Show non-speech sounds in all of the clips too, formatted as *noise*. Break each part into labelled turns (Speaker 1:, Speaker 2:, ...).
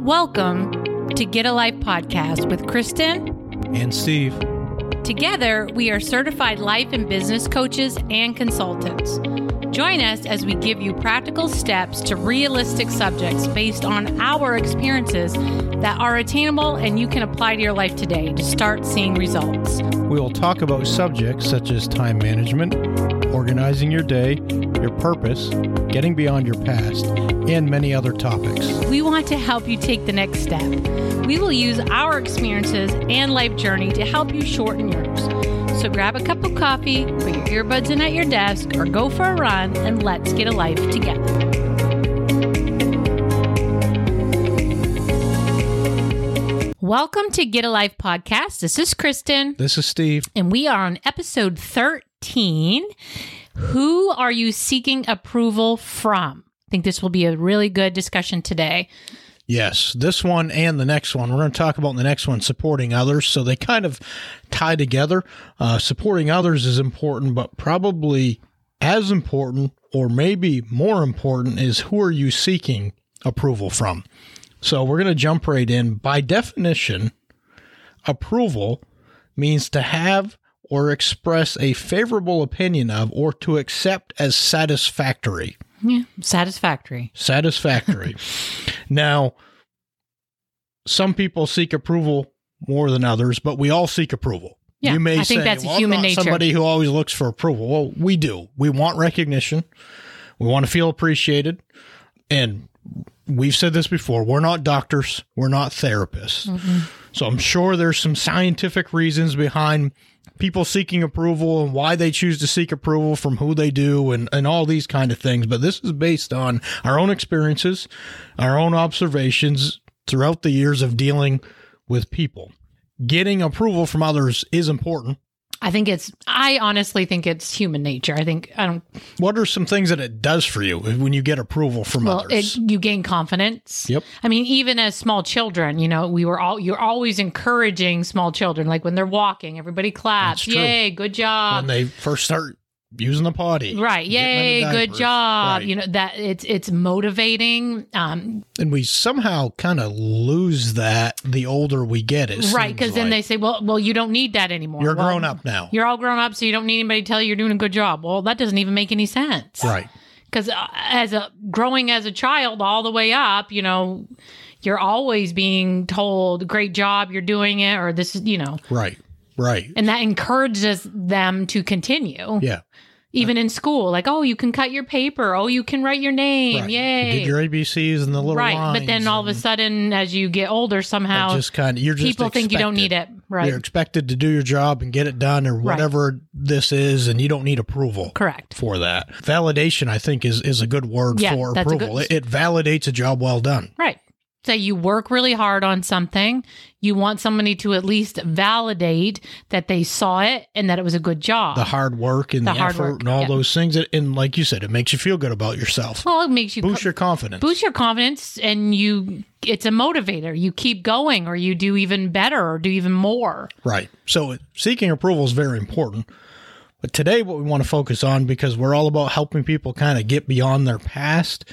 Speaker 1: Welcome to Get a Life Podcast with Kristen.
Speaker 2: and Steve.
Speaker 1: Together, we are certified life and business coaches and consultants. Join us as we give you practical steps to realistic subjects based on our experiences that are attainable and you can apply to your life today to start seeing results.
Speaker 2: We will talk about subjects such as time management, organizing your day, your purpose, getting beyond your past, and many other topics.
Speaker 1: We want to help you take the next step. We will use our experiences and life journey to help you shorten yours. So grab a cup of coffee, put your earbuds in at your desk, or go for a run and let's get a life together. Welcome to Get a Life Podcast. This is Kristen,
Speaker 2: This is Steve.
Speaker 1: and we are on episode 13. Who are you seeking approval from? I think this will be a really good discussion today.
Speaker 2: Yes, this one and the next one. We're going to talk about in the next one supporting others. So they kind of tie together. Uh, supporting others is important, but probably as important or maybe more important is who are you seeking approval from? So we're going to jump right in. By definition, approval means to have or express a favorable opinion of or to accept as satisfactory
Speaker 1: Yeah, satisfactory.
Speaker 2: satisfactory. *laughs* now, some people seek approval more than others, but we all seek approval.
Speaker 1: Yeah,
Speaker 2: you may
Speaker 1: I think
Speaker 2: say,
Speaker 1: that's
Speaker 2: "Well, I'm
Speaker 1: human
Speaker 2: not
Speaker 1: nature."
Speaker 2: Somebody who always looks for approval. Well, we do. We want recognition. We want to feel appreciated, and we've said this before. We're not doctors. We're not therapists. So I'm sure there's some scientific reasons behind people seeking approval and why they choose to seek approval from who they do and, and all these kind of things. But this is based on our own experiences, our own observations throughout the years of dealing with people. Getting approval from others is important.
Speaker 1: I think it's. I honestly think it's human nature. I think I don't.
Speaker 2: What are some things that it does for you when you get approval from
Speaker 1: Well, it,
Speaker 2: others?
Speaker 1: you gain confidence.
Speaker 2: Yep.
Speaker 1: I mean, even as small children, you know, we were all. You're always encouraging small children, like when they're walking, everybody claps,
Speaker 2: That's true.
Speaker 1: yay, good job.
Speaker 2: when they first start using the potty.
Speaker 1: Right,
Speaker 2: getting
Speaker 1: yay,
Speaker 2: them the
Speaker 1: good
Speaker 2: diapers.
Speaker 1: job.
Speaker 2: Right.
Speaker 1: You know that it's it's motivating. Um,
Speaker 2: and we somehow kind of lose that the older we get. It
Speaker 1: right, because then they say, well, well, you don't need that anymore.
Speaker 2: you're
Speaker 1: Well,
Speaker 2: grown up now,
Speaker 1: You're all grown up, so you don't need anybody to tell you you're doing a good job. Well, that doesn't even make any sense.
Speaker 2: right?
Speaker 1: because uh, as a growing as a child all the way up you know you're always being told great job you're doing it or this is you know
Speaker 2: Right, right.
Speaker 1: and that encourages them to continue
Speaker 2: Yeah,
Speaker 1: even in school like oh you can cut your paper oh you can write your name
Speaker 2: right. You
Speaker 1: yay
Speaker 2: did your ABCs and the little
Speaker 1: right but then
Speaker 2: lines
Speaker 1: all of a
Speaker 2: and
Speaker 1: sudden as you get older
Speaker 2: that
Speaker 1: somehow
Speaker 2: just kind of you're just
Speaker 1: people think you don't
Speaker 2: expected.
Speaker 1: need it right
Speaker 2: You're expected to do your job and get it done or whatever this is, and you don't need approval.
Speaker 1: correct
Speaker 2: For that validation, I think is is a good word
Speaker 1: Yeah,
Speaker 2: for
Speaker 1: that's a
Speaker 2: approval.
Speaker 1: good-
Speaker 2: It, it validates a job well done.
Speaker 1: Right. Say you work really hard on something, you want somebody to at least validate that they saw it and that it was a good job.
Speaker 2: The hard work and
Speaker 1: The
Speaker 2: the,
Speaker 1: hard
Speaker 2: effort
Speaker 1: work,
Speaker 2: and all
Speaker 1: yeah.
Speaker 2: those things, it, and like you said, it makes you feel good about yourself.
Speaker 1: well, it makes you
Speaker 2: Boost your confidence.
Speaker 1: boost your confidence and you it's a motivator. You keep going or you do even better or do even more.
Speaker 2: Right. So seeking approval is very important. But today, what we want to focus on, because we're all about helping people kind of get beyond their past,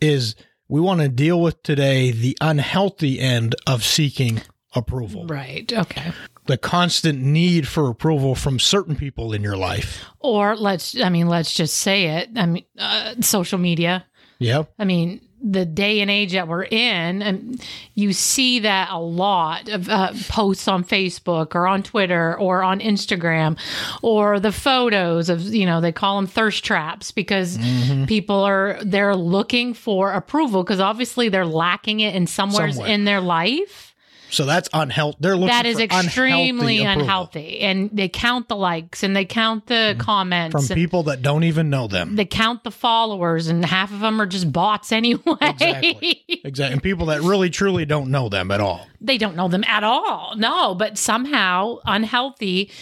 Speaker 2: is we want to deal with today the unhealthy end of seeking approval,
Speaker 1: Right. Okay.
Speaker 2: the constant need for approval from certain people in your life.
Speaker 1: Or let's I mean let's just say it. I mean uh, social media.
Speaker 2: Yeah.
Speaker 1: I mean, the day and age that we're in, and you see that a lot of uh, posts on Facebook or on Twitter or on Instagram, or the photos of you know they call them thirst traps because
Speaker 2: Mm-hmm.
Speaker 1: people are they're looking for approval because obviously they're lacking it in somewhere
Speaker 2: Somewhere.
Speaker 1: in their life.
Speaker 2: So that's unhealthy. They're looking
Speaker 1: That is
Speaker 2: for unhealthy
Speaker 1: extremely
Speaker 2: approval Mm-hmm.
Speaker 1: unhealthy, and they count the likes and they count the comments.
Speaker 2: from
Speaker 1: and
Speaker 2: people that don't even know them.
Speaker 1: they count the followers, and half of them are just bots *laughs* anyway.
Speaker 2: Exactly. Exactly. And people that really truly don't know them at all.
Speaker 1: they don't know them at all. No, but somehow unhealthy,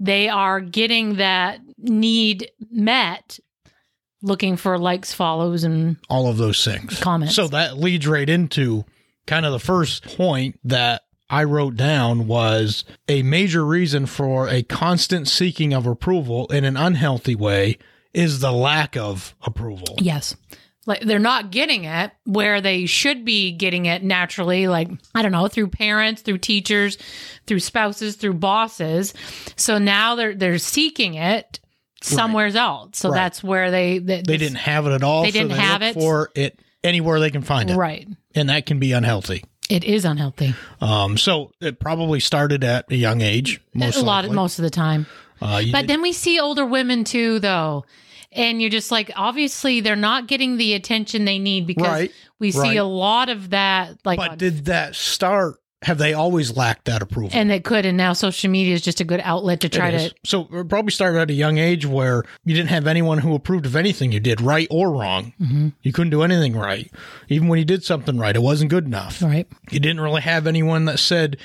Speaker 1: they are getting that need met, looking for likes, follows, and
Speaker 2: all of those things.
Speaker 1: Comments.
Speaker 2: So that leads right into kind of the first point that I wrote down was a major reason for a constant seeking of approval in an unhealthy way is the lack of approval.
Speaker 1: yes, like they're not getting it where they should be getting it naturally like i don't know through parents through teachers through spouses through bosses so now they're they're seeking it somewhere else so
Speaker 2: Right.
Speaker 1: that's where they
Speaker 2: They didn't have it at all.
Speaker 1: They didn't
Speaker 2: so
Speaker 1: have
Speaker 2: look
Speaker 1: it.
Speaker 2: for it anywhere they can find it,
Speaker 1: right
Speaker 2: and that can be unhealthy.
Speaker 1: it is unhealthy
Speaker 2: Um, so it probably started at a young age. Most
Speaker 1: a lot
Speaker 2: likely.
Speaker 1: most of the time
Speaker 2: Uh, you
Speaker 1: But then we see older women too, though. And you're just like, obviously, they're not getting the attention they need because
Speaker 2: Right,
Speaker 1: we see
Speaker 2: right.
Speaker 1: a lot of that. Like,
Speaker 2: But
Speaker 1: on-
Speaker 2: did that start? Have they always lacked that approval?
Speaker 1: and they could. And now social media is just a good outlet to try
Speaker 2: It is.
Speaker 1: to.
Speaker 2: So it probably started at a young age where you didn't have anyone who approved of anything you did, right or wrong.
Speaker 1: Mm-hmm.
Speaker 2: You couldn't do anything right. Even when you did something right, it wasn't good enough.
Speaker 1: Right.
Speaker 2: You didn't really have anyone that said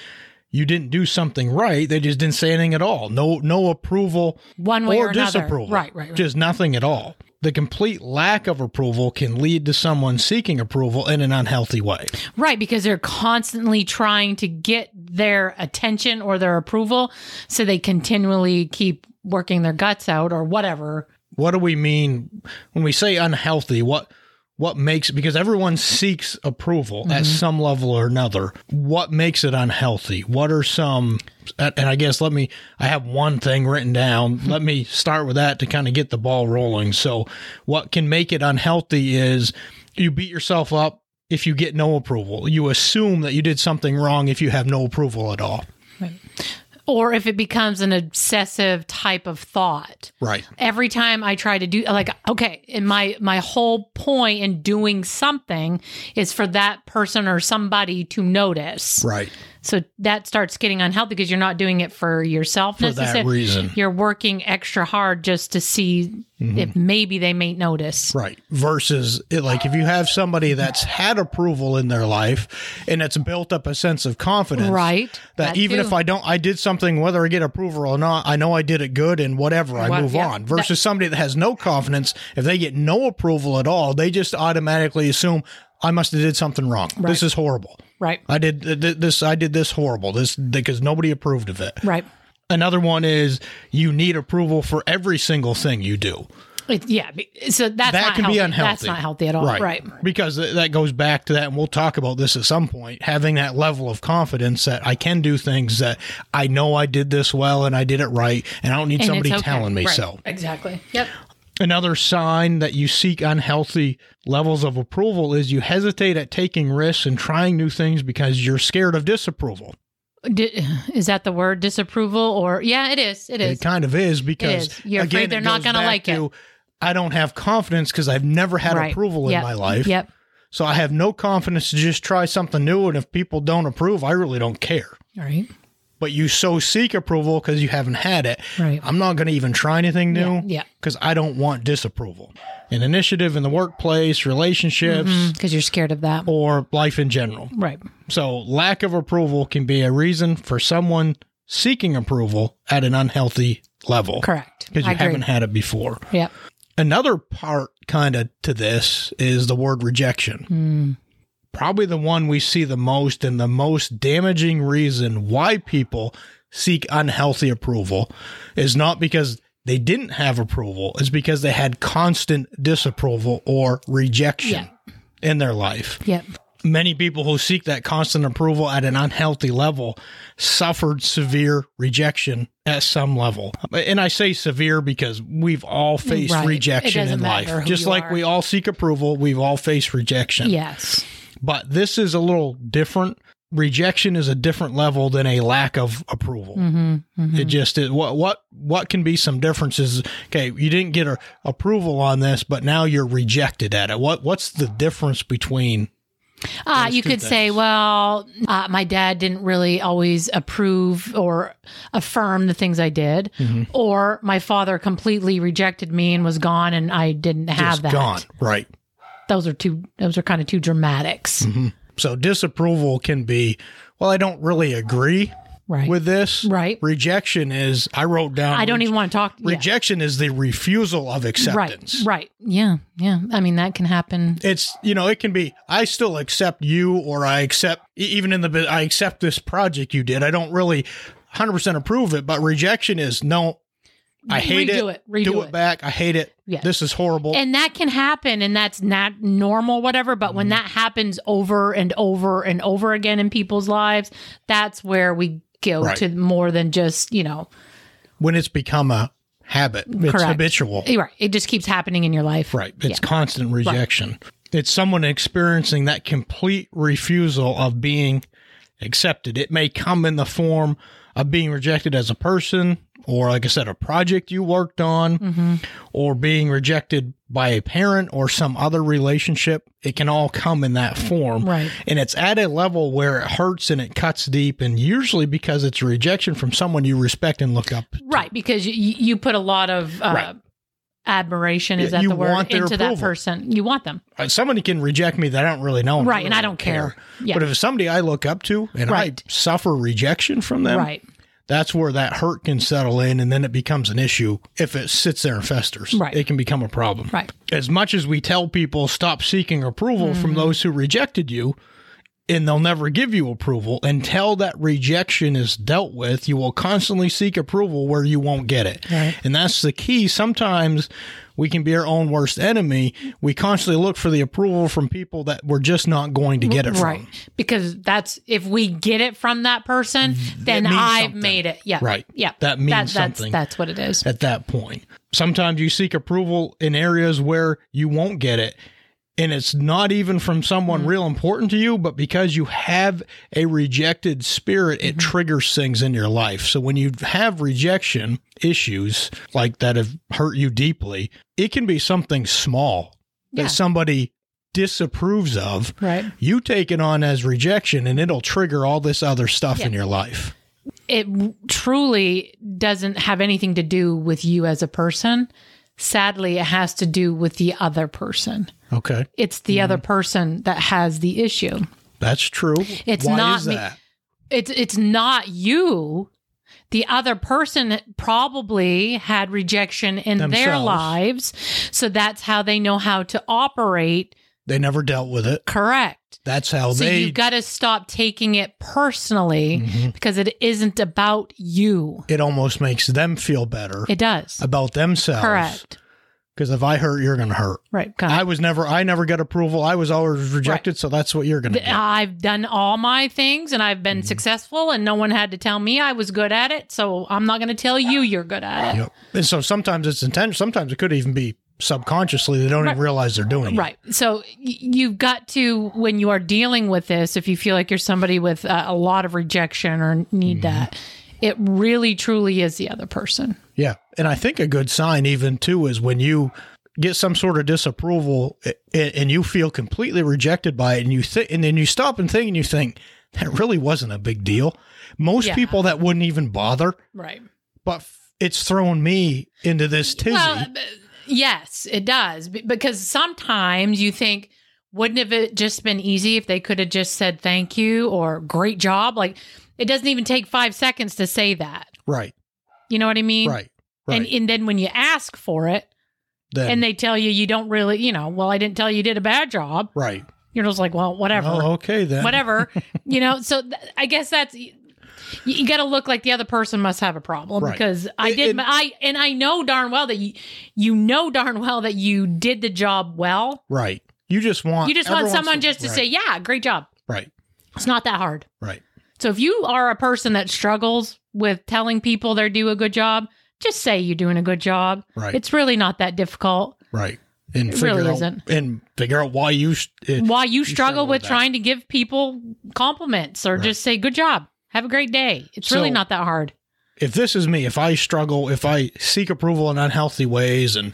Speaker 2: you didn't do something right. They just didn't say anything at all. No, no approval
Speaker 1: One way or,
Speaker 2: or
Speaker 1: another.
Speaker 2: disapproval.
Speaker 1: Right, right, right.
Speaker 2: Just nothing at all. The complete lack of approval can lead to someone seeking approval in an unhealthy way.
Speaker 1: Right, because they're constantly trying to get their attention or their approval. So they continually keep working their guts out or whatever.
Speaker 2: what do we mean when we say unhealthy what what makes because everyone seeks approval at some level or another what makes it unhealthy what are some and and i guess let me i have one thing written *laughs* down let me start with that to kind of get the ball rolling so what can make it unhealthy is you beat yourself up if you get no approval you assume that you did something wrong if you have no approval at all
Speaker 1: Or if it becomes an obsessive type of thought.
Speaker 2: right
Speaker 1: every time I try to do like okay, and my my whole point in doing something is for that person or somebody to notice.
Speaker 2: right
Speaker 1: So that starts getting unhealthy because you're not doing it for yourself
Speaker 2: for that reason Mm-hmm.
Speaker 1: You're working extra hard just to see if maybe they may notice.
Speaker 2: Right. Versus, it, like, if you have somebody that's had approval in their life and it's built up a sense of confidence.
Speaker 1: Right.
Speaker 2: That,
Speaker 1: That
Speaker 2: even
Speaker 1: too.
Speaker 2: if I don't, I did something, whether I get approval or not, I know I did it good and whatever, I
Speaker 1: Well,
Speaker 2: move
Speaker 1: yeah.
Speaker 2: on. Versus somebody that has no confidence, if they get no approval at all, they just automatically assume, I must have did something wrong. This is horrible.
Speaker 1: Right.
Speaker 2: I did th- th- this. I did this horrible. This because nobody approved of it.
Speaker 1: Right.
Speaker 2: Another one is you need approval for every single thing you do
Speaker 1: It, yeah. be- So that's
Speaker 2: that
Speaker 1: not
Speaker 2: can
Speaker 1: healthy.
Speaker 2: be unhealthy.
Speaker 1: That's not healthy at all. right.
Speaker 2: Because th- that goes back to that, and we'll talk about this at some point. Having that level of confidence that I can do things that I know I did this well and I did it right, and I don't need
Speaker 1: And
Speaker 2: somebody
Speaker 1: it's okay.
Speaker 2: telling me
Speaker 1: Right.
Speaker 2: so.
Speaker 1: Exactly. Yep.
Speaker 2: Another sign that you seek unhealthy levels of approval is you hesitate at taking risks and trying new things because you're scared of disapproval.
Speaker 1: Di- is that the word disapproval or yeah, it is. It is.
Speaker 2: It kind of is because
Speaker 1: is. You're
Speaker 2: again,
Speaker 1: afraid they're not
Speaker 2: going
Speaker 1: gonna
Speaker 2: to
Speaker 1: like it.
Speaker 2: I don't have confidence because I've never had
Speaker 1: right.
Speaker 2: approval
Speaker 1: Yep.
Speaker 2: in my life.
Speaker 1: Yep.
Speaker 2: So I have no confidence to just try something new. And if people don't approve, I really don't care.
Speaker 1: Right.
Speaker 2: But you so seek approval because you haven't had it.
Speaker 1: Right.
Speaker 2: I'm not going to even try anything new
Speaker 1: Yeah.
Speaker 2: because I don't want disapproval. An initiative in the workplace, relationships,
Speaker 1: Because you're scared of that.
Speaker 2: or life in general.
Speaker 1: Right.
Speaker 2: So lack of approval can be a reason for someone seeking approval at an unhealthy level.
Speaker 1: Correct.
Speaker 2: Because you
Speaker 1: I agree.
Speaker 2: haven't had it before.
Speaker 1: Yep.
Speaker 2: Another part kind of to this is the word rejection. Probably the one we see the most and the most damaging reason why people seek unhealthy approval is not because they didn't have approval, it's because they had constant disapproval or rejection in their life.
Speaker 1: Yep.
Speaker 2: Many people who seek that constant approval at an unhealthy level suffered severe rejection at some level. And I say severe because we've all faced
Speaker 1: Right. It
Speaker 2: rejection
Speaker 1: doesn't
Speaker 2: in life.
Speaker 1: matter who
Speaker 2: Just
Speaker 1: you
Speaker 2: like
Speaker 1: are.
Speaker 2: we all seek approval, we've all faced rejection.
Speaker 1: Yes.
Speaker 2: But this is a little different. Rejection is a different level than a lack of approval.
Speaker 1: Mm-hmm,
Speaker 2: It just is what what what can be some differences. Okay, you didn't get a, approval on this, but now you're rejected at it. What what's the difference between
Speaker 1: Uh,
Speaker 2: Those
Speaker 1: you
Speaker 2: two
Speaker 1: could say,
Speaker 2: things.
Speaker 1: well, uh, my dad didn't really always approve or affirm the things I did,
Speaker 2: Mm-hmm.
Speaker 1: or my father completely rejected me and was gone, and I didn't have
Speaker 2: just
Speaker 1: that.
Speaker 2: gone right?
Speaker 1: Those are two. Those are kind of two dramatics,
Speaker 2: Mm-hmm. So disapproval can be, well, I don't really agree
Speaker 1: right?
Speaker 2: with this.
Speaker 1: Right.
Speaker 2: Rejection is, I wrote down.
Speaker 1: I don't even want to talk. yeah.
Speaker 2: Rejection is the refusal of
Speaker 1: Right.
Speaker 2: acceptance.
Speaker 1: Right. Yeah. Yeah. I mean, that can happen.
Speaker 2: It's you know it can be I still accept you or I accept e- even in the bit I accept this project you did I don't really 100% approve it but rejection is no I hate
Speaker 1: Redo
Speaker 2: it.
Speaker 1: it. Redo
Speaker 2: Do it,
Speaker 1: it.
Speaker 2: back. I hate it.
Speaker 1: Yes.
Speaker 2: This is horrible.
Speaker 1: And that can happen, and that's not normal, whatever. But when
Speaker 2: Mm-hmm.
Speaker 1: that happens over and over and over again in people's lives, that's where we go
Speaker 2: Right.
Speaker 1: to more than just, you know,
Speaker 2: when it's become a habit, it's
Speaker 1: Correct.
Speaker 2: habitual.
Speaker 1: you're right. It just keeps happening in your life.
Speaker 2: Right. It's constant rejection. It's someone experiencing that complete refusal of being accepted. It may come in the form of being rejected as a person, or like I said, a project you worked on, or being rejected by a parent or some other relationship. It can all come in that form.
Speaker 1: Right.
Speaker 2: And it's at a level where it hurts and it cuts deep, and usually because it's rejection from someone you respect and look up.
Speaker 1: Right. Because you, you put a lot of uh,
Speaker 2: Right.
Speaker 1: admiration, is
Speaker 2: Yeah,
Speaker 1: that
Speaker 2: you
Speaker 1: the word,
Speaker 2: want their
Speaker 1: into that
Speaker 2: approval.
Speaker 1: person. You want them.
Speaker 2: Uh, Somebody can reject me that I don't really know.
Speaker 1: Right, and I don't care. Yeah.
Speaker 2: But if it's somebody I look up to and
Speaker 1: Right.
Speaker 2: I suffer rejection from them,
Speaker 1: right.
Speaker 2: that's where that hurt can settle in and then it becomes an issue if it sits there and festers.
Speaker 1: Right.
Speaker 2: It can become a problem.
Speaker 1: Right.
Speaker 2: As much as we tell people stop seeking approval from
Speaker 1: Mm-hmm.
Speaker 2: those who rejected you, and they'll never give you approval until that rejection is dealt with. You will constantly seek approval where you won't get it.
Speaker 1: Right.
Speaker 2: And that's the key. Sometimes we can be our own worst enemy. We constantly look for the approval from people that we're just not going to get it
Speaker 1: Right.
Speaker 2: from.
Speaker 1: Because that's if we get it from that person, then
Speaker 2: Mm-hmm. means
Speaker 1: I've
Speaker 2: something.
Speaker 1: made it. Yeah.
Speaker 2: Right.
Speaker 1: Yeah.
Speaker 2: That means
Speaker 1: that's,
Speaker 2: something.
Speaker 1: That's what it is.
Speaker 2: at that point. Sometimes you seek approval in areas where you won't get it. And it's not even from someone
Speaker 1: Mm-hmm.
Speaker 2: real important to you, but because you have a rejected spirit,
Speaker 1: Mm-hmm.
Speaker 2: it triggers things in your life. So when you have rejection issues like that have hurt you deeply, it can be something small
Speaker 1: Yeah.
Speaker 2: that somebody disapproves of.
Speaker 1: Right.
Speaker 2: You take it on as rejection and it'll trigger all this other stuff in
Speaker 1: Yeah.
Speaker 2: your life.
Speaker 1: it w- truly doesn't have anything to do with you as a person. Sadly, it has to do with the other person.
Speaker 2: Okay.
Speaker 1: It's the
Speaker 2: Mm.
Speaker 1: other person that has the issue.
Speaker 2: That's true.
Speaker 1: It's
Speaker 2: Why
Speaker 1: not
Speaker 2: is
Speaker 1: me-
Speaker 2: that?
Speaker 1: It's it's not you. The other person probably had rejection in their
Speaker 2: Themselves.
Speaker 1: lives, so that's how they know how to operate
Speaker 2: They never dealt with it.
Speaker 1: correct.
Speaker 2: That's how
Speaker 1: so
Speaker 2: they. Mm-hmm.
Speaker 1: you've got to stop taking it personally because it isn't about you.
Speaker 2: it almost makes them feel better
Speaker 1: It does.
Speaker 2: about themselves.
Speaker 1: Correct.
Speaker 2: Because if I hurt, you're going to hurt.
Speaker 1: Right. Got it.
Speaker 2: I was never. I never got approval. I was always rejected. So that's what you're going to
Speaker 1: Th-
Speaker 2: get.
Speaker 1: I've done all my things and I've been successful, and no one had to tell me I was good at it. So I'm not going to tell you you're good at it.
Speaker 2: Yep. And so sometimes it's intentional. Sometimes it could even be subconsciously. They don't even realize they're doing it.
Speaker 1: Right. So y- you've got to, when you are dealing with this, if you feel like you're somebody with uh, a lot of rejection or need that, it really truly is the other person.
Speaker 2: Yeah. And I think a good sign, even too, is when you get some sort of disapproval a- a- and you feel completely rejected by it, and you think, and then you stop and think, and you think that really wasn't a big deal. Most
Speaker 1: Yeah.
Speaker 2: people that wouldn't even bother.
Speaker 1: Right.
Speaker 2: but f- it's thrown me into this tizzy.
Speaker 1: Well, b- yes, it does. B- Because sometimes you think, wouldn't have it just been easy if they could have just said thank you or great job? Like, it doesn't even take five seconds to say that.
Speaker 2: right,
Speaker 1: You know what I mean?
Speaker 2: right, right.
Speaker 1: And and then when you ask for it
Speaker 2: then,
Speaker 1: and they tell you you don't really, you know, well I didn't tell you you did a bad job.
Speaker 2: right.
Speaker 1: You're just like, well, whatever.
Speaker 2: Oh, okay then.
Speaker 1: Whatever. you know, so th- I guess that's you, you got to look like the other person must have a problem
Speaker 2: Right.
Speaker 1: because I
Speaker 2: It-
Speaker 1: did
Speaker 2: it-
Speaker 1: my I and I know darn well that you you know darn well that you did the job well.
Speaker 2: Right. You just want.
Speaker 1: You just want
Speaker 2: everyone's-
Speaker 1: someone just to
Speaker 2: right,
Speaker 1: say, "Yeah, great job."
Speaker 2: Right.
Speaker 1: It's not that hard.
Speaker 2: Right.
Speaker 1: So if you are a person that struggles with telling people they do a good job, just say you're doing a good job.
Speaker 2: Right.
Speaker 1: It's really not that difficult.
Speaker 2: right. And
Speaker 1: It
Speaker 2: figure
Speaker 1: really
Speaker 2: out,
Speaker 1: isn't.
Speaker 2: And figure out why you. s- It,
Speaker 1: Why you,
Speaker 2: struggle
Speaker 1: struggle
Speaker 2: with
Speaker 1: with
Speaker 2: that.
Speaker 1: trying to give people compliments or just say good job, have a great day. It's really
Speaker 2: So-
Speaker 1: not that hard.
Speaker 2: if this is me, if I struggle, if I seek approval in unhealthy ways and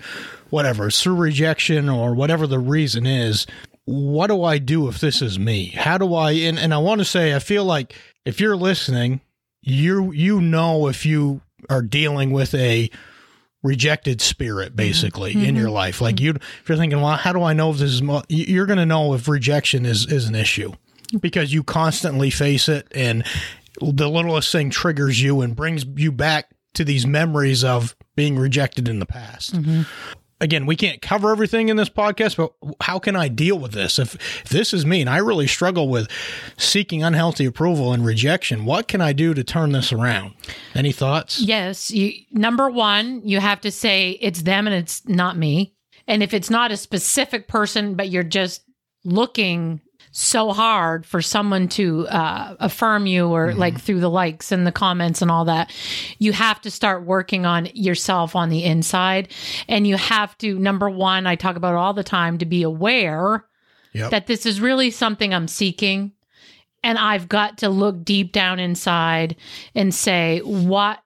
Speaker 2: whatever, it's through rejection or whatever the reason is, what do I do if this is me? How do I and, and I want to say I feel like if you're listening, you you know if you are dealing with a rejected spirit basically in
Speaker 1: Mm-hmm.
Speaker 2: your life like you if you're thinking well how do i know if this is mo-? you- you're going to know if rejection is is an issue because you constantly face it and the littlest thing triggers
Speaker 1: Mm-hmm.
Speaker 2: you and brings you back to these memories of being rejected in the past again, we can't cover everything in this podcast, but how can I deal with this? If, if this is me and I really struggle with seeking unhealthy approval and rejection, what can I do to turn this around? Any thoughts?
Speaker 1: Yes. You, number one, you have to say it's them and it's not me. And if it's not a specific person, but you're just looking so hard for someone to uh, affirm you or like through the likes and the comments and all that, you have to start working on yourself on the inside. And you have to, number one, I talk about it all the time to be aware
Speaker 2: Yep.
Speaker 1: that this is really something I'm seeking. And I've got to look deep down inside and say, what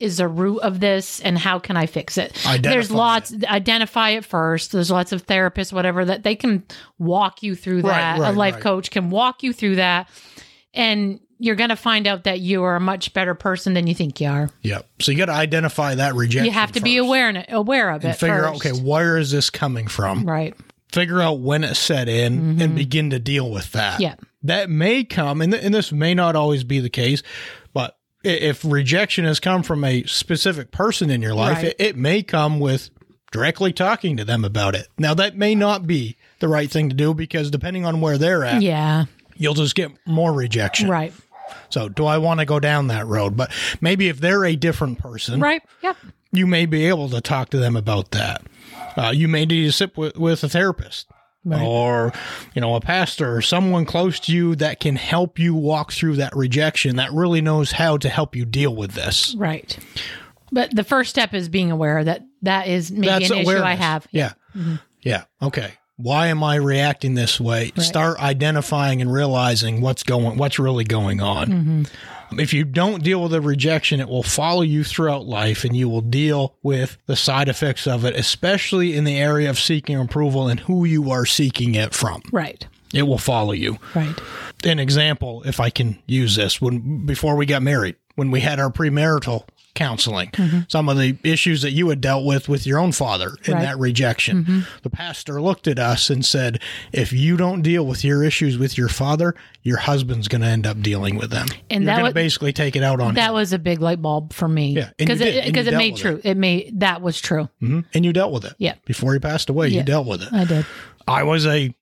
Speaker 1: is the root of this and how can I fix it? There's
Speaker 2: Identify
Speaker 1: lots, identify it first. There's lots of therapists, whatever, that they can walk you through
Speaker 2: Right,
Speaker 1: that.
Speaker 2: right,
Speaker 1: a life
Speaker 2: right.
Speaker 1: coach can walk you through that. And you're going to find out that you are a much better person than you think you are.
Speaker 2: Yep. So you got to identify that rejection.
Speaker 1: You have to be
Speaker 2: first
Speaker 1: aware, and- aware of
Speaker 2: and
Speaker 1: it.
Speaker 2: figure
Speaker 1: first.
Speaker 2: out okay, where is this coming from?
Speaker 1: Right. Mm-hmm.
Speaker 2: figure out when it set in and begin to deal with that.
Speaker 1: Yeah.
Speaker 2: That may come, and, th- and this may not always be the case, but i- if rejection has come from a specific person in your life,
Speaker 1: Right.
Speaker 2: it, it may come with directly talking to them about it. Now, that may not be the right thing to do because depending on where they're at,
Speaker 1: Yeah.
Speaker 2: you'll just get more rejection.
Speaker 1: Right.
Speaker 2: So, do I want to go down that road? But maybe if they're a different person,
Speaker 1: Right. Yep.
Speaker 2: you may be able to talk to them about that. Uh, you may need to sit with, with a therapist or, you know, a pastor or someone close to you that can help you walk through that rejection that really knows how to help you deal with this.
Speaker 1: Right. But the first step is being aware that that is maybe
Speaker 2: That's
Speaker 1: an
Speaker 2: awareness.
Speaker 1: issue I have. Mm-hmm.
Speaker 2: Yeah. Yeah. Okay. Why am I reacting this way? Start identifying and realizing what's going, what's really going on.
Speaker 1: Mm-hmm.
Speaker 2: If you don't deal with the rejection, it will follow you throughout life and you will deal with the side effects of it, especially in the area of seeking approval and who you are seeking it from.
Speaker 1: Right.
Speaker 2: It will follow you.
Speaker 1: Right.
Speaker 2: An example, if I can use this, when before we got married, when we had our premarital counseling,
Speaker 1: Mm-hmm.
Speaker 2: some of the issues that you had dealt with with your own father in
Speaker 1: Right. Mm-hmm.
Speaker 2: that rejection, the pastor looked at us and said, If you don't deal with your issues with your father, your husband's going to end up dealing with them.
Speaker 1: And
Speaker 2: You're
Speaker 1: that
Speaker 2: gonna
Speaker 1: wa-
Speaker 2: basically take it out on him.
Speaker 1: That was a big light bulb for me.
Speaker 2: Yeah, and you
Speaker 1: Because
Speaker 2: did, and
Speaker 1: it,
Speaker 2: you
Speaker 1: because it
Speaker 2: dealt
Speaker 1: made
Speaker 2: with
Speaker 1: true. It. made that was true.
Speaker 2: Mhm. And you dealt with it.
Speaker 1: Yeah.
Speaker 2: Before he passed away, you
Speaker 1: Yeah.
Speaker 2: dealt with it.
Speaker 1: I did.
Speaker 2: I was a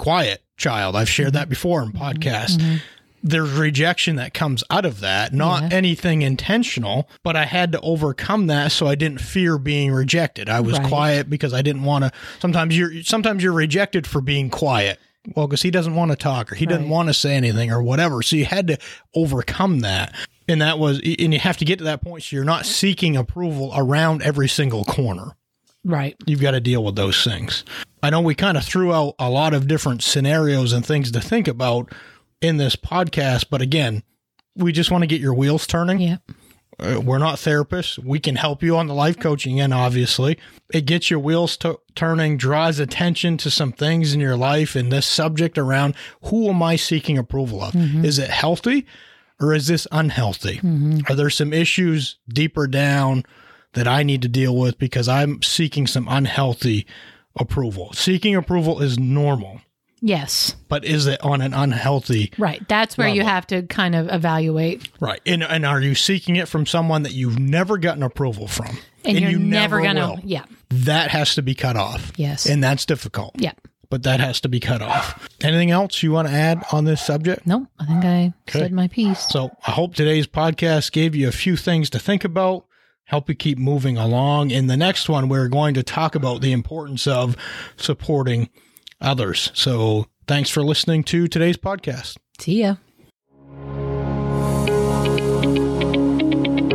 Speaker 2: quiet child. I've shared
Speaker 1: Mm-hmm.
Speaker 2: that before in podcasts. There's rejection that comes out of that, not
Speaker 1: Yeah.
Speaker 2: anything intentional, but I had to overcome that so I didn't fear being rejected. I was
Speaker 1: Right.
Speaker 2: quiet because I didn't want to. Sometimes you're sometimes you're rejected for being quiet. Well, because he doesn't want to talk or he doesn't
Speaker 1: Right.
Speaker 2: want to say anything or whatever. So you had to overcome that. And that was, and you have to get to that point so you're not seeking approval around every single corner
Speaker 1: Right.
Speaker 2: you've got to deal with those things. I know we kind of threw out a lot of different scenarios and things to think about in this podcast, but again, we just want to get your wheels turning.
Speaker 1: Yeah.
Speaker 2: Uh, We're not therapists. We can help you on the life coaching end, obviously. It gets your wheels to- turning, draws attention to some things in your life and this subject around who am I seeking approval of? Is it healthy or is this unhealthy? Are there some issues deeper down that I need to deal with because I'm seeking some unhealthy approval? Seeking approval is normal,
Speaker 1: Yes.
Speaker 2: but is it on an unhealthy
Speaker 1: Right. That's where you have to kind of evaluate.
Speaker 2: Right. And and are you seeking it from someone that you've never gotten approval from?
Speaker 1: And, you're
Speaker 2: you
Speaker 1: never, gonna
Speaker 2: will.
Speaker 1: Yeah.
Speaker 2: That has to be cut off.
Speaker 1: Yes.
Speaker 2: And that's difficult.
Speaker 1: Yeah.
Speaker 2: But that has to be cut off. Anything else you want to add on this subject?
Speaker 1: No, I think I said my piece.
Speaker 2: So I hope today's podcast gave you a few things to think about, help you keep moving along. In the next one, we're going to talk about the importance of supporting others. So thanks for listening to today's podcast.
Speaker 1: See ya.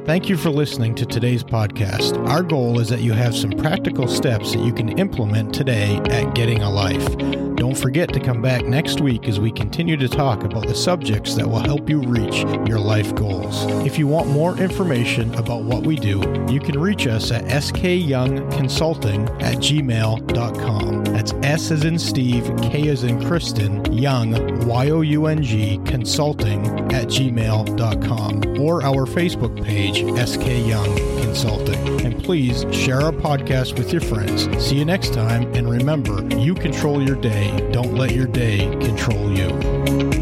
Speaker 2: Thank you for listening to today's podcast. Our goal is that you have some practical steps that you can implement today at Getting a Life. Don't forget to come back next week as we continue to talk about the subjects that will help you reach your life goals. If you want more information about what we do, you can reach us at skyoungconsulting at gmail.com. That's S as in Steve, K as in Kristen, Young, Y O U N G, consulting at gmail.com or our Facebook page, SK Young Consulting. And please share our podcast with your friends. See you next time. And remember, you control your day. Don't let your day control you.